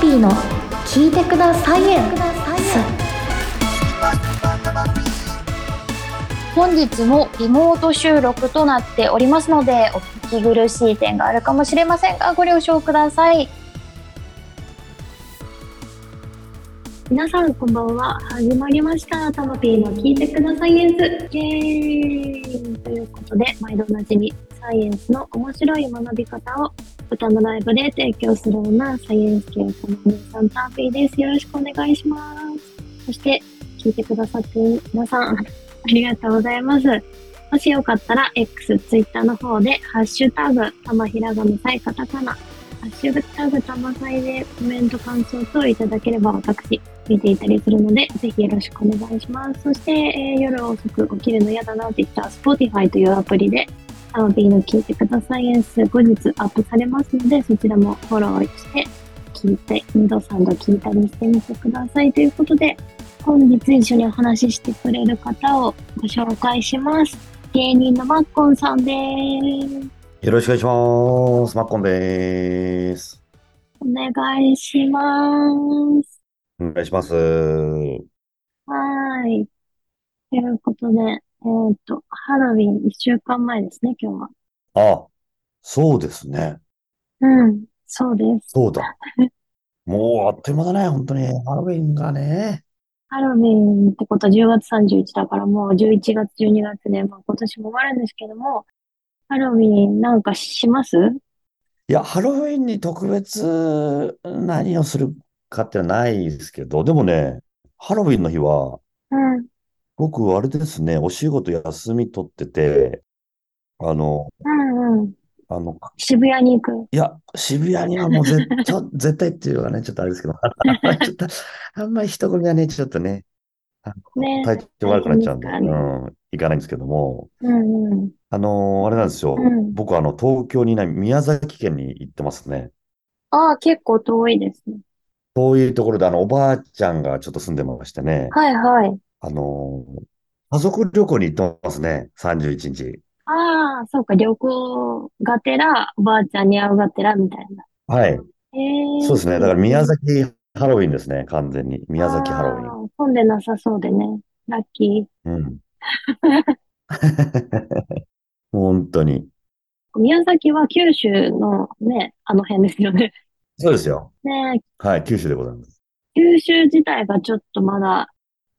ピーの聞いてくださいエンス本日もリモート収録となっておりますのでお聞き苦しい点があるかもしれませんがご了承ください皆さんこんばんは始まりましたタマピーの聞いてくださいエンスイエーイということで毎度おなじみサイエンスの面白い学び方を歌のライブで提供するオーナーサイエンス系コマネさんターピーですよろしくお願いしますそして聞いてくださっている皆さんありがとうございますもしよかったら X、Twitter の方で、ハッシュタグ、たまひらがなさいカタカナ、ハッシュタグたまさいでコメント感想等いただければ私、見ていたりするので、ぜひよろしくお願いします。そして、えー夜遅く起きるの嫌だなって言った Spotify というアプリで、タマピーの聞いてくださいエンス後日アップされますので、そちらもフォローして、聞いて、2度3度聞いたりしてみてくださいということで、本日一緒にお話ししてくれる方をご紹介します。芸人のマッコンさんです。よろしくお願いします。マッコンです。お願いします。お願いします。ははーい。ということで、えーっと、ハロウィン一週間前ですね、今日は。あ、そうですね。うん、そうです。そうだ。もうあっという間だね、本当に。ハロウィンがね。ハロウィンってことは10月31だからもう11月、12月で、まあ今年も終わるんですけども、ハロウィンなんかしますいや、ハロウィンに特別何をするかってのはないですけど、でもね、ハロウィンの日は、うん、僕、あれですね、お仕事休み取ってて、あの、うん、うん。あの、渋谷に行く。いや、渋谷にはもう絶対、 絶対っていうのはね、ちょっとあれですけど、 ちょっと、あんまり人混みはね、ちょっとね、あのね体調悪くなっちゃうんで、大変ですかうん、行かないんですけども、うん、うん。あのーあれなんですよ、うん僕はあの、東京にいない宮崎県に行ってますね。ああ、結構遠いですね。そういうところで、あの、おばあちゃんがちょっと住んでましてね、はい、はい。あのー家族旅行に行ってますね、31日。ああ、そうか、旅行がてら、おばあちゃんに会うがてら、みたいな。はい、えー、そうですね、だから宮崎ハロウィンですね、完全に。宮崎ハロウィン。あー混んでなさそうでね。ラッキー。 うん。本当に。宮崎は九州のね、あの辺ですよね。 そうですよ。ねはい、九州でございます。九州自体がちょっとまだ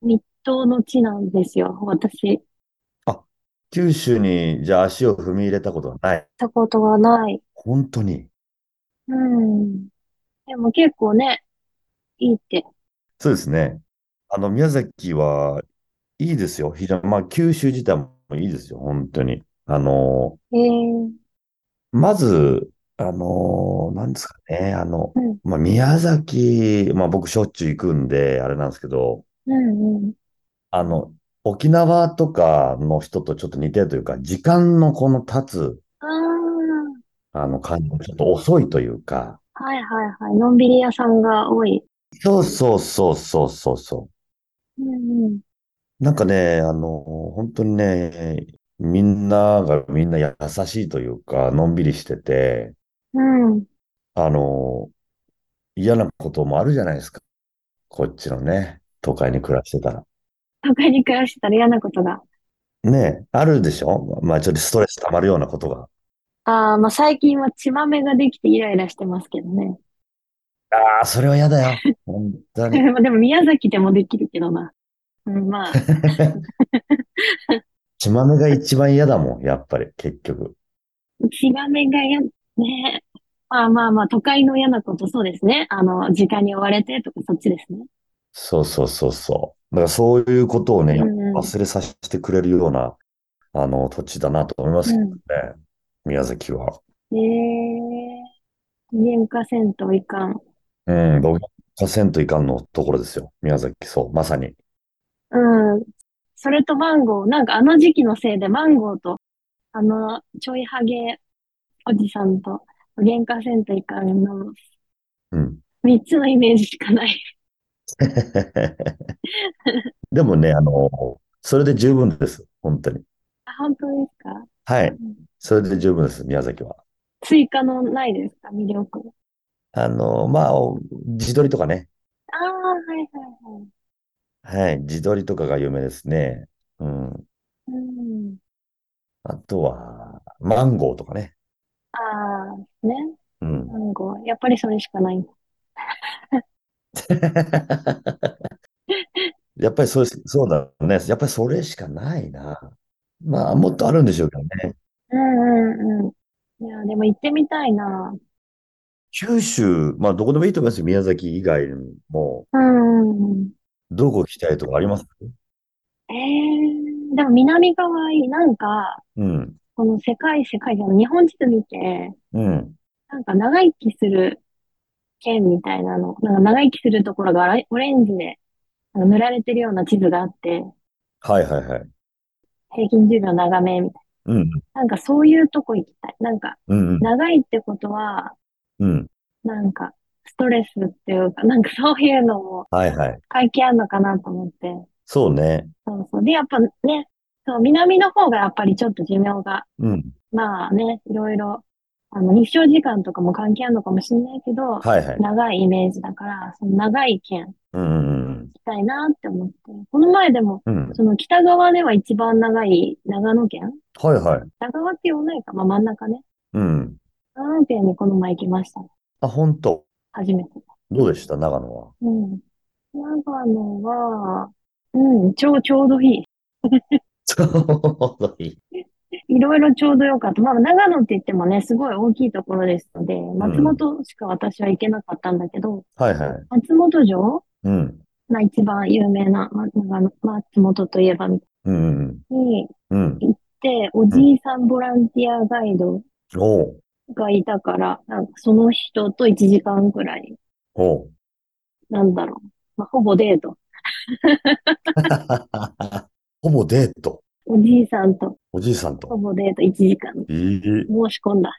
密冬の地なんですよ、私。行っ九州に、じゃあ足を踏み入れたことはない。たことがない。本当に。うん。でも結構ね、いいって。そうですね。あの、宮崎はいいですよ。非常に、まあ、九州自体もいいですよ。本当に。あの、えー、まず、あの、なんですかね。あのうん、まあ、宮崎、まあ、僕しょっちゅう行くんで、あれなんですけど、うんうん。あの、沖縄とかの人とちょっと似てるというか、時間のこの経つ、ああ、あの、感じがちょっと遅いというか、はいはいはい。のんびり屋さんが多い。そうそうそうそうそうそうんうん。う。なんかね、あの、本当にね、みんながみんな優しいというか、のんびりしてて、うん。あの、嫌なこともあるじゃないですか。こっちのね、都会に暮らしてたら。都会に暮らしてたら嫌なことが。ねえ、あるでしょまあちょっとストレス溜まるようなことが。ああ、まあ最近は血まめができてイライラしてますけどね。ああ、それは嫌だよ。本当 に。まあでも宮崎でもできるけどな。うん、まあ、 血まめが一番嫌だもん、やっぱり、 結局。血まめがや、ね。まあまあまあ、都会の嫌なこと、そうですね。あの、時間に追われてとか、そっちですね。そうそうそうそう。だからそういうことをね、うんうん忘れさせてくれるような、あの、土地だなと思いますけどね、宮崎は。ええー、喧嘩せんといかん。うん、僕、河川といかんのところですよ。宮崎、そう、まさに。うん。それとマンゴー、なんかあの時期のせいでマンゴーと、あの、ちょいハゲおじさんと、喧嘩せんといかんの、うん。 三つのイメージしかない。でもね、あの、それで十分です。本当に。あ、本当ですかはいん。それで十分です、宮崎は。追加のないですか魅力。あの、まあ、お自撮りとかね。ああ、はいはいはい。はい。自撮りとかが有名ですね。うん。うん。あとは、マンゴーとかね。ああ、ね。うん。マンゴー。やっぱりそれしかない。 やっぱりそうです、そうだろうね。やっぱりそれしかないな。まあ、もっとあるんでしょうけどね。うんうんうん。いや、でも行ってみたいな。九州、まあ、どこでもいいと思いますよ。宮崎以外にも、うんうんどこ行きたいとかありますうん。えー、でも南側いい。なんか、うん。この世界、世界じゃない日本地図見て、うん。なんか長生きする県みたいなの、なんか長生きするところがあらオレンジであの塗られてるような地図があって、はいはいはい。平均寿命長めみたいうな。ん。なんかそういうとこ行きたい。なんかうん。長いってことは、うん。なんかストレスっていうか、なんかそういうのもはいはい。関係あるのかなと思って。そうね。そうそう。で、やっぱね、そう、南の方がやっぱりちょっと寿命が、うん。まあね、いろいろ、あの、日照時間とかも関係あるのかもしれないけど、はいはい。長いイメージだから、その長い県行うん。きたいなって思って。この前でも、うん。その北側では一番長い長野県はいはい。北側って言わないか、まあ真ん中ね。うん。長野県にこの前行きましたね。あ、本当。初めて。どうでした長野 は。うん。長野は、うん、ちょう、ちょうどいい。ちょうどいい。いろいろちょうどよかった。まあ、長野って言ってもね、すごい大きいところですので、松本しか私は行けなかったんだけど、はいはい。松本城うん。が一番有名な、ま、長野松本といえば、にうん。行うん。って、おじいさんボランティアガイドおう。がいたから、なんかその人と1時間くらい、おう。なんだろう。まあ、ほぼデート。ほぼデート。おじいさんとおじいさんほと。ぼデート1時間ええ。申し込んだ。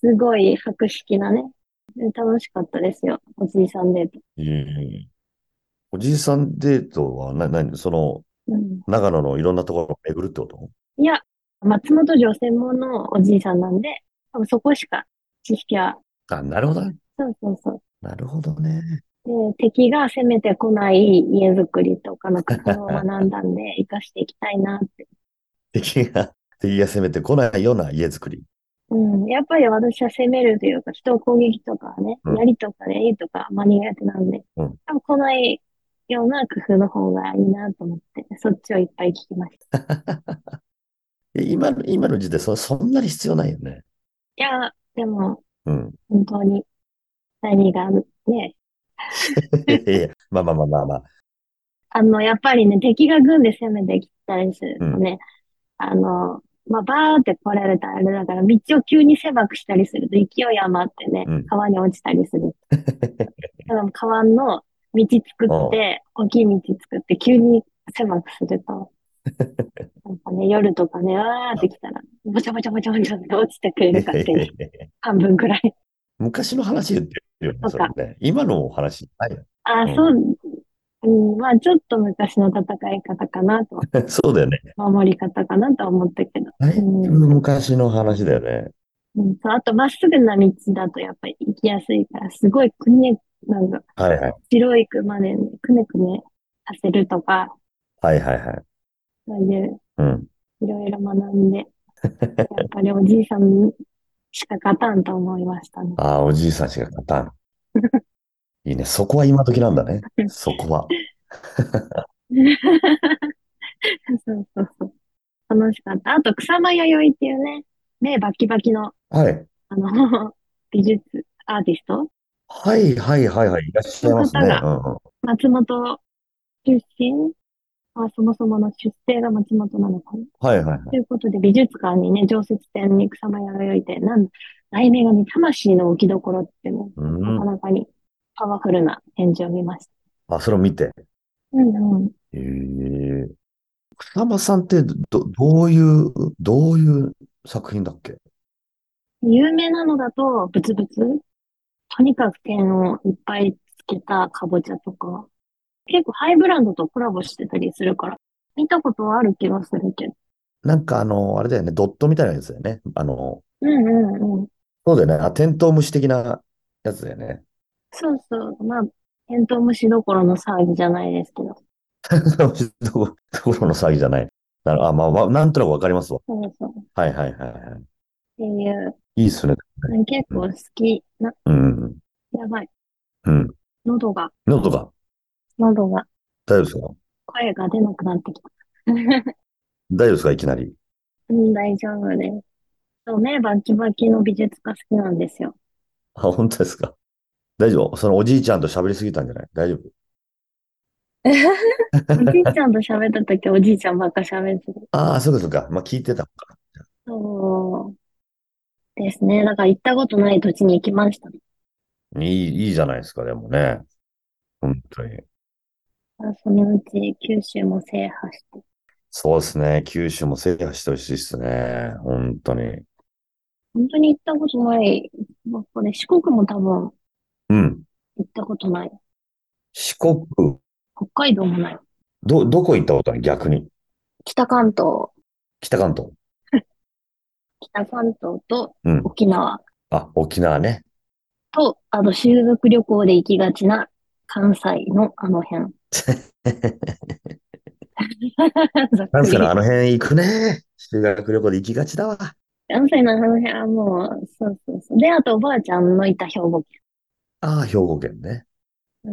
すごい博識なね。で楽しかったですよ。おじいさんデート。ええ。おじいさんデートは、な、な、その、うん。長野のいろんなところを巡るってこといや、松本城専門のおじいさんなんで、多分そこしか知識は、あ、なるほどね。そうそうそなるほどね。う。で、敵が攻めてこない家づくりとかの工夫を学んだんで、生かしていきたいなって。敵が、敵が攻めてこないような家づくり。うん。やっぱり私は攻めるというか、人を攻撃とかね、うん槍とかでいいとか、まあ苦手なんで、う多ん分来ないような工夫の方がいいなと思って、そっちをいっぱい聞きました。え今の、今の時代、そ、そんなに必要ないよね。いや、でも、 うん。本当に、何がね、いやいやまあまあまあまあまあ。あの、やっぱりね、敵が軍で攻めてきたりするとね、あの、まあ、バーって来られたらあれだから、道を急に狭くしたりすると勢い余ってね うん、川に落ちたり する。だから川の道作って、大きい道作って、急に狭くする と、なんかね、夜とかね、わーって来たら、ぼちゃぼちゃぼちゃぼちゃって落ちてくれる勝手 に、半分くらい。昔の話言ってるよね、そそっかれね。今のお話ないよ。あうあ、んそう、うん、まあ、ちょっと昔の戦い方かなと、そうだよ ね。守り方かなとは思ったけど。だいぶ昔の話だよね。うん、そう、あと、まっすぐな道だとやっぱり行きやすいから、すごいくね、なんか、はいはい。白い熊でね、くねくねさせるとか、はいはいはい。そういう、うん。いろいろ学んで、やっぱりおじいさんしか勝たんと思いましたね。 ああ、おじいさんしか勝た ん。いいね。そこは今時なんだ ね。そこは。そうそうそう。楽しかった。あと、草間弥生っていうね、目バキバキの、はい。あの、 美術アーティストはいはいはいはい。いらっしゃいますね。そのう方んうん。松本出身あ、そもそもの出生が松本なのかなはいはいはい。ということで、美術館にね、常設展に草間弥生展、なん、題名がね、魂の置きどころってね、なうかん。なかにパワフルな展示を見ました。あ、それを見て。うんうん。ええ。草間さんってど、どういう、どういう作品だっけ有名なのだと、ブツブツ。とにかく点をいっぱいつけたかぼちゃとか。結構ハイブランドとコラボしてたりするから、見たことはある気がするけど。なんかあの、あれだよね、ドットみたいなやつだよね。あの、うんうんうん。そうだよね。あ、テントウムシ的なやつだよね。そうそう。まあ、テントウムシどころの騒ぎじゃないですけど。どこ、どころの騒ぎじゃない。なるあ、まあ、わなんとなくわかりますわ。そうそう。っはいはいはいはていう、い。いいっすね。結構好きな、うん。やばい。うん。喉が、喉が、喉が、大丈夫ですか声が出なくなってきた。 大丈夫ですかいきなり。うん、大丈夫です。そう、目バキバキの美術家好きなんですよ。あ、本当ですか大丈夫そのおじいちゃんと喋りすぎたんじゃない大丈夫おじいちゃんと喋った時、おじいちゃんばっか喋ってる。ああ、そうかそうか。まあ、聞いてたのかそうですね。だから行ったことない土地に行きましたね。な。いい、いいじゃないですか、でもね。本当に。そのうち九州も制覇して。そうですね。九州も制覇してほしいっすね。本当に。本当に行ったことない。まあこれ四国も多分行うん。ったことない。四国、北海道もない。ど、どこ行ったことある逆に。北関東、北関東。北関東とうん。沖縄あ、沖縄 ね。と、あと修学旅行で行きがちな関西のあの辺。ざっく関西り。のあの辺行くね。 修学旅行で行きがちだわ。関西のあの辺はもう、そうそうそう。で、あとおばあちゃんのいた兵庫県。ああ、兵庫県ね。う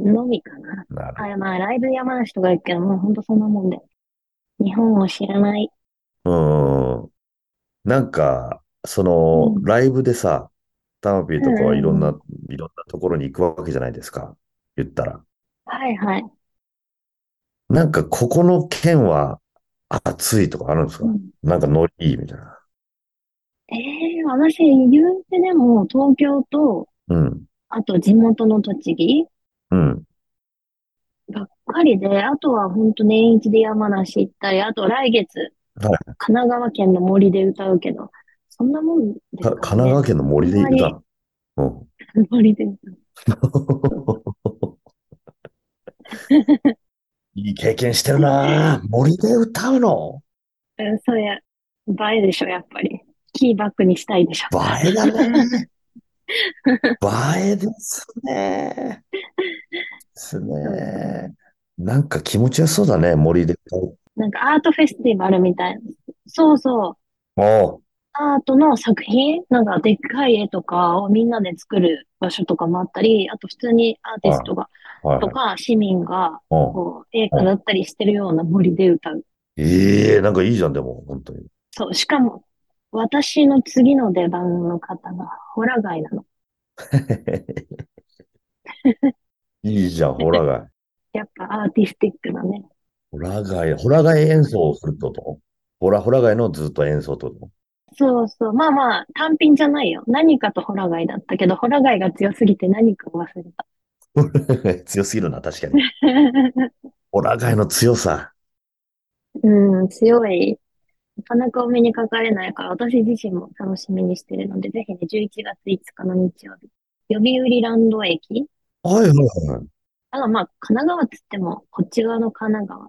ん、のみかな。なるあ、まあ、ライブ山梨とか行くけど、もうほんとそんなもんで。日本を知らない。ほど。うーん。なんか、そのう、んライブでさ、タマピーとかうんうんはうんいろんな、いろんなところに行くわけじゃないですか。言ったら。はいはい。なんか、ここの県は暑いとかあるんですかうんなんかノリいいみたいな。ええ私、言うてでも、東京と、うん。あと地元の栃木うん。ばっかりで、あとは本当年一で山梨行ったり、あと来月、はい神奈川県の森で歌うけど、そんなもんですかか神奈川県の森で行くな。うん。ね。森で歌う。いい経験してるなぁ。森で歌うのうん、そりゃ、映えでしょ、やっぱり。キーバックにしたいでしょ。映えだね。映えですね。ですね。なんか気持ちよさそうだね、森で歌う。なんかアートフェスティバルみたいな。そうそう。おうアートの作品、なんかでっかい絵とかをみんなで作る場所とかもあったり、あと普通にアーティストが、はいとはいか市民が、おうこう、絵飾ったりしてるような森で歌う。ええなんかいいじゃん、でも、本当に。 そう、しかも、私の次の出番の方がホラガイなの。いいじゃん、ホラガイ。やっぱアーティスティックなね。ホラガイ、ホラガイ演奏をするってことホラ、ホラガイのずっと演奏ってことそうそう。まあまあ、単品じゃないよ。何かとホラガイだったけど、ホラガイが強すぎて何かを忘れた。 強すぎるな、確かに。ホラガイの強さ。うん、強い。なかなかお目にかかれないから、私自身も楽しみにしてるので、ぜひね、11月5日の日曜日、読売ランド駅。はいはいはい。あの、まあ、神奈川っつっても、こっち側の神奈川。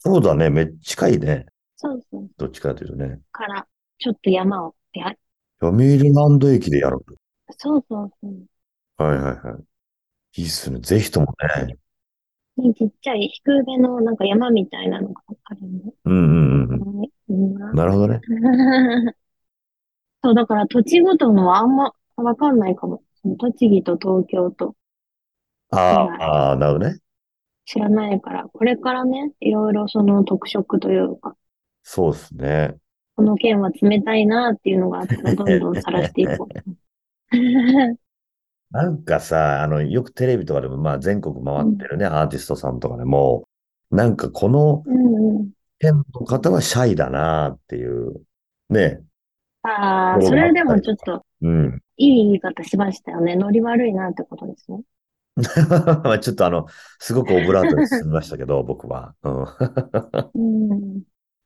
そうだね。めっちゃ近いね。そうそう。どっちかというとね。から、ちょっと山を、で、あ読売ランド駅でやる。そうそうそう。はいはいはい。いいっすね。ぜひともね。にちっちゃい低めのなんか山みたいなのがあるの。うんうんうんはいいいなうん。なるほどね。 そう、だから土地ごとのはあんまわかんないかも。その栃木と東京とああ、ああ、なるほどね。知らないから、これからね、いろいろその特色というか、そうっすね。この県は冷たいなっていうのがあったら、どんどん晒していこう。 なんかさ、あの、よくテレビとかでも、まあ全国回ってるね、アーティストさんとかでも、なんかこのうんう県の方はシャイだなっていう、ね。ん。ああ、それでもちょっとうん。いい言い方しましたよね。ノリ悪いなってことですね。 まあちょっとあの、すごくオブラートに包みましたけど、僕は。うん。 うん。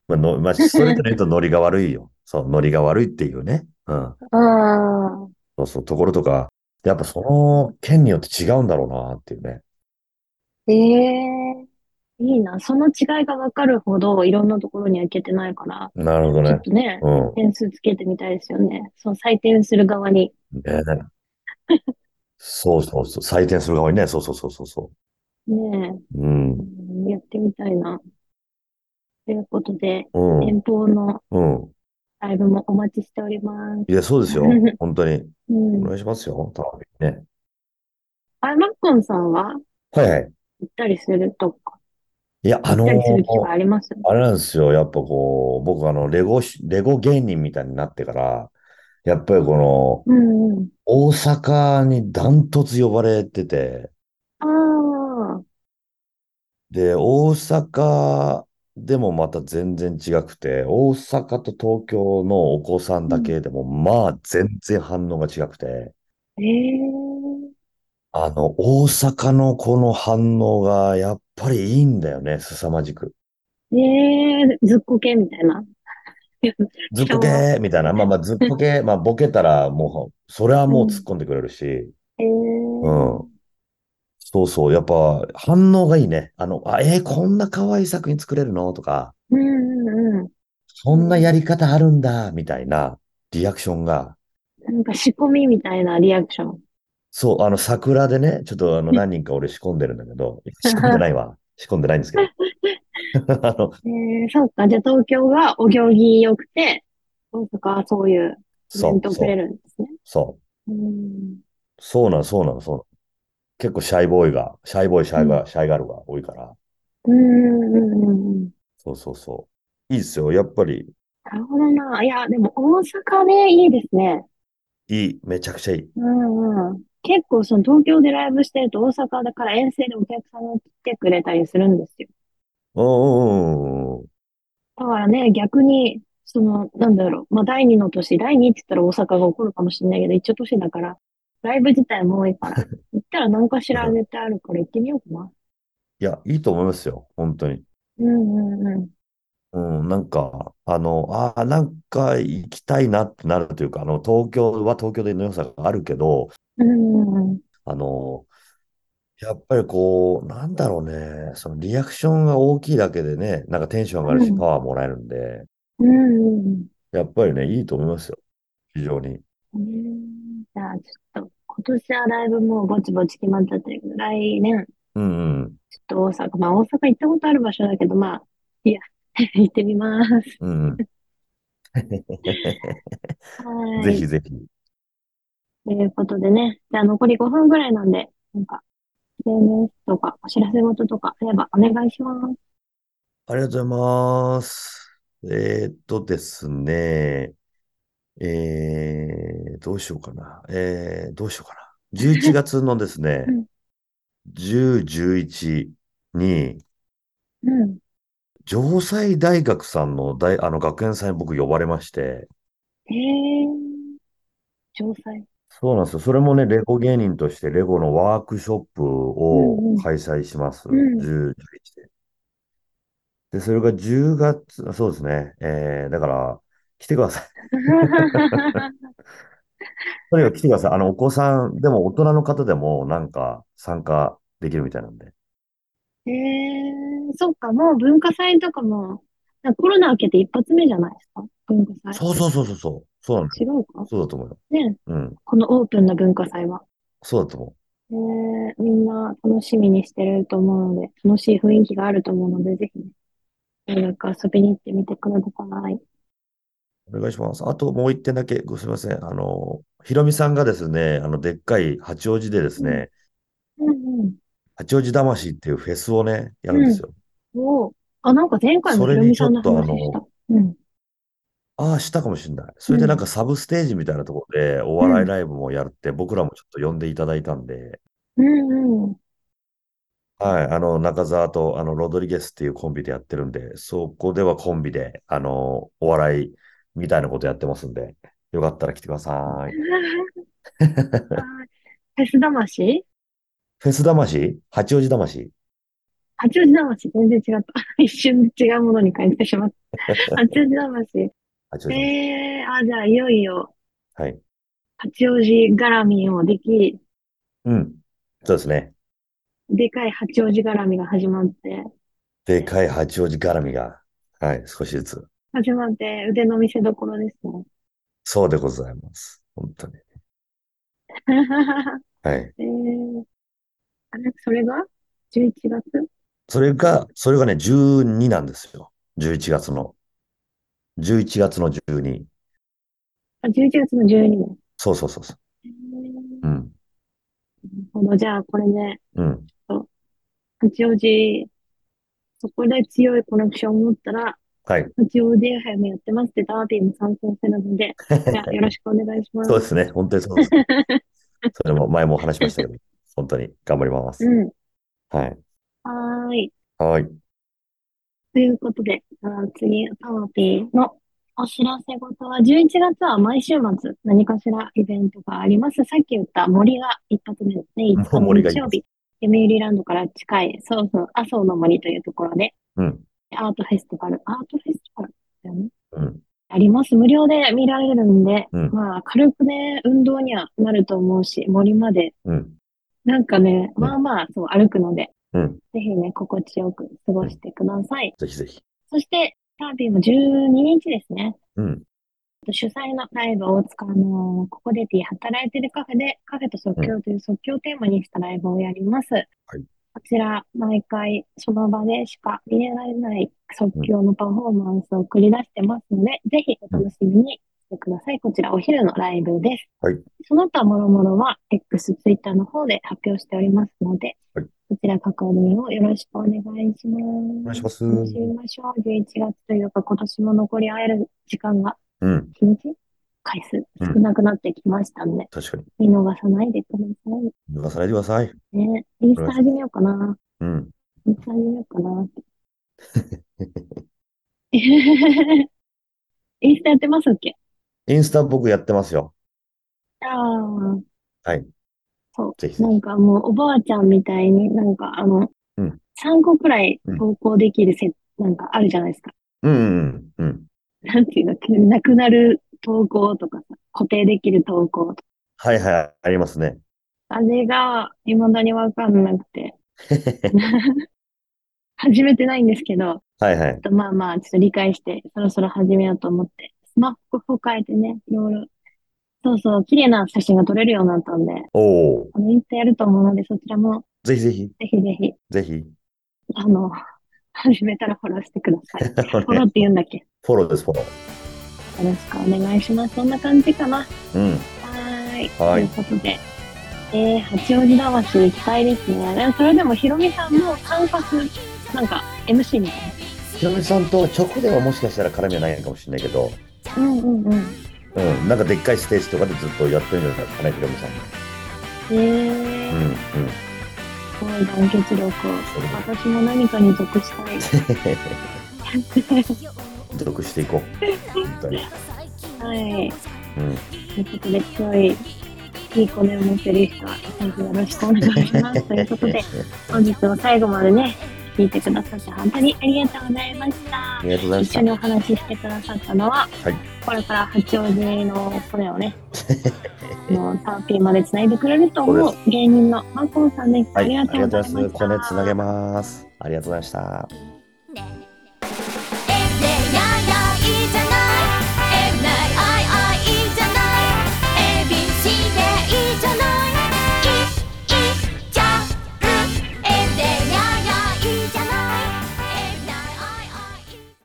まあ、のまあ、ストレートに言うとノリが悪いよ。そう、ノリが悪いっていうね。うん。ああ、そうそう、ところとか、やっぱその県によって違うんだろうなっていうね。ええいいな。その違いがわかるほど、いろんなところには行けてないから、なるほどちょねっ。とね、うん。点数つけてみたいですよね。そう、採点する側に。ねえそうそうそう。採点する側にね。そうそうそうそうそねう。うん。え、やってみたいな。ということで、うん。遠方のうん。ライブもお待ちしております。いや、そうですよ。本当に。うんお。願いしますよ。たまにね。あれ、マッコンさんははいはい。行ったりするとか、いや、あ行のったりする機ー会ありますあれなんですよ。やっぱこう、僕あの、レゴし、レゴ芸人みたいになってから、やっぱりこの、うんうん。大阪にダントツ呼ばれてて、ああ、で、大阪でもまた全然違くて、大阪と東京のお子さんだけでも、まあ、全然反応が違くて、ええあの、大阪のこの反応が、やっぱりいいんだよね、凄まじく。ええずっこけみたいな。ずっこけみたいな。まあまあ、ずっこけ、まあ、ボケたら、もう、それはもう突っ込んでくれるし、ええうん。そうそう。やっぱ、反応がいいね。あの、あ、えーこんな可愛い作品作れるのとか、うんうんうそんなやり方あるんだ、みたいなリアクションが、ん。なんか仕込みみたいなリアクション。そう、あの、桜でね、ちょっとあの、何人か俺仕込んでるんだけど、仕込んでないわ。仕込んでないんですけど。 あの、ええそうか。じゃあ東京がお行儀良くて、大阪はそういうイベそンう、トをそくれう、るんですね。そう。うん。そうなん、そうなん、そうなん。結構シャイボーイが、シャイボーイ、シャイガー、シャイガールが多いから。うんうんうんうん。そうそうそう。いいですよ。やっぱり、なるほどな。いや、でも大阪ね、いいですね。いい。めちゃくちゃいい。うんうん。結構その東京でライブしてると大阪だから遠征でお客さんが来てくれたりするんですよ。うんうんうんうん。だからね、逆に、その、なんだろう、まあ第二の都市、第二って言ったら大阪が起こるかもしれないけど、一応都市だから、ライブ自体も多い から、行ったら何かしら絶対あるから行ってみようかな。いや、いいと思いますよ。本当に。うんうんうん。うん、なんか、あの、ああ、なんか行きたいなってなるというか、あの、東京は東京での良さがあるけど、うんうんうん。あの、やっぱりこう、なんだろうね、そのリアクションが大きいだけでね、なんかテンション上がるし、うんパワーもらえるんで、うんうんやっぱりね、いいと思いますよ。非常に。うん。ねじゃあちょっと、今年はライブもうぼちぼち決まっちゃってるけど、来年、うんうん。ちょっと大阪、まあ大阪行ったことある場所だけど、まあ、いいや、 行ってみます。うんうん。はぜい。ひぜひ。ということでね、じゃあ残り5分ぐらいなんで、なんか、SNS とかお知らせ事とかあればお願いします。ありがとうございます。えーっとですね、えー、どうしようかな。えー、どうしようかな。11月のですね うん、 10、11に、うん。城西大学さんの大、あの学園祭に僕呼ばれまして、えー、詳細。 そうなんですよ。それもね、レゴ芸人としてレゴのワークショップうんうをん開催します。うん10、11で。で、それが10月、あそうですね。えー、だから、来てください。とにかく来てください。あの、お子さんでも大人の方でもなんか参加できるみたいなんで。えー、そっか、もう文化祭とかも、なんかコロナ明けて一発目じゃないですか、文化祭。そうそうそうそうそう。そうなんだ。違うかそうだと思うよ。ね、うん。このオープンな文化祭は。そうだと思えー、みんな楽しみにしてると思うので、楽しい雰囲気があると思うので、ぜひね、大学遊びに行ってみてください。う。お願いします。あともう一点だけ、ごすみません。あの、ひろみさんがですね、あの、でっかい八王子でですね、うんうん。八王子魂っていうフェスをね、やるんですよ。おーあ、なんか前回のそれひろにみさんのちょっとあ話のした。うん。ああ、したかもしれない。それでなんかサブステージみたいなところでお笑いライブもやるって、僕らもちょっと呼んでいただいたんで、うんうん。はい、あの、中澤と、あの、ロドリゲスっていうコンビでやってるんで、そこではコンビで、あの、お笑いみたいなことやってますんで、よかったら来てください。フェス魂フェス魂八王子魂八王子魂、全然違った。 一瞬違うものに感じてしまった。八王子 魂。八王子魂。えー、あ、じゃあ、いよいよ、はい。八王子絡みをでき、うん。そうですね。でかい八王子絡みが始まって、でかい八王子絡みが、はい、少しずつ。始まって腕の見せどころですね。 そうでございます。本当に。はい。えー、あれ、それが ?11 月それが、それがね、12なんですよ。11月の。11月の12。あ、11月の12日。そうそうそうそえーう。うん。なるほど、じゃあこれね、うん。八王子、そこで強いコネクションを持ったら、はい。八王子やはやもやってますってタワーピーも参戦するので、じゃあよろしくお願いしまそうす。ですね。本当にそ うです。それも前もお話しましたけど、本当に頑張ります。うん。はい。はーい。はい。ということで、じゃあ次、タワーピーのお知らせ事は、11月は毎週末何かしらイベントがあります。さっき言った森が一発目ですね。5日の 森が日曜日、読売ランドから近い、そうそう、阿蘇の森というところで、うん。アートフェスティバル、アートフェスティバルだよね。うん。あります。無料で見られるんで、うんまあ、軽くね、運動にはなると思うし、森まで、うん。なんかね、うんまあまあ、そう、歩くので、うん。ぜひね、心地よく過ごしてください。ぜひぜひ。そして、タービーも12日ですね。うん。主催のライブを大塚のココデティ働いてるカフェでカフェと即興という即興をテーマにしたライブをやります。こちら毎回その場でしか見れられない即興のパフォーマンスを繰り出してますので、ぜひお楽しみにしてください。こちらお昼のライブです。はいその他もろもろは X、Twitter の方で発表しておりますので、はいそちら確認をよろしくお願いします。お願いします。楽しみうましょう。11月というか今年も残り合える時間がん。 1日回数うん少なくなってきましたので、確かに。見逃さないでくださ逃さないでください。いね。インスタ始めようかな。うん。インスタ始めようか なって。インスタやってますっけインスタ僕やってますよ。ああ、はい。そうぜひぜなんひ。かもうおばあちゃんみたいになんかあの、うん3個くらい投稿できるせ、なんかあるじゃないですか。うんうんうん。うん。なんていうの、なくなる投稿とかさ、固定できる投稿とか。はいはい。ありますね。あれが未だにわかんなくて。始めてないんですけど、はいはいちょっ。とまあまあ、ちょっと理解して、そろそろ始めようと思って、スマホを変えてね、いろいろ、そうそう、綺麗な写真が撮れるようになったんで、おお。あのインスタやると思うので、そちらもぜひぜひ。ぜひぜひ、ぜひ。あの、始めたらフォローしてください。フフォローって言うんだっけよォロー です、フォロー。ろしくお願いします。そんな感じかな。はうん。ーい。はいということで、えー、八王子魂行きたいですね。でもそれでもヒロミさんも参加する、なんか MC みたいひろみさんと直ではもしかしたら絡みはないのかもしれないけど、な。うんうんうん。うん。なんかでっかいステージとかでずっとやってるんじゃないですかね、ひろみさん。えー。うんうん。すごい団結力を。それ私も何かに属したい。で、得していこう。本当に。はい。うん。ということで、強い、いいコネを持ってる人は、本当によろしくお願いします。ということで、本日も最後までね、聞いてくださって本当にありがとうございました あ。りがとうございまし一緒た。にお話ししてくださったのは、はいこれから八王子の声をね、 もうターピーまで繋いでくれると思そうう芸人のマコンさんです。はい、ありがとうございまありがとした。うございます。これつなげます。ありがとうございました。 「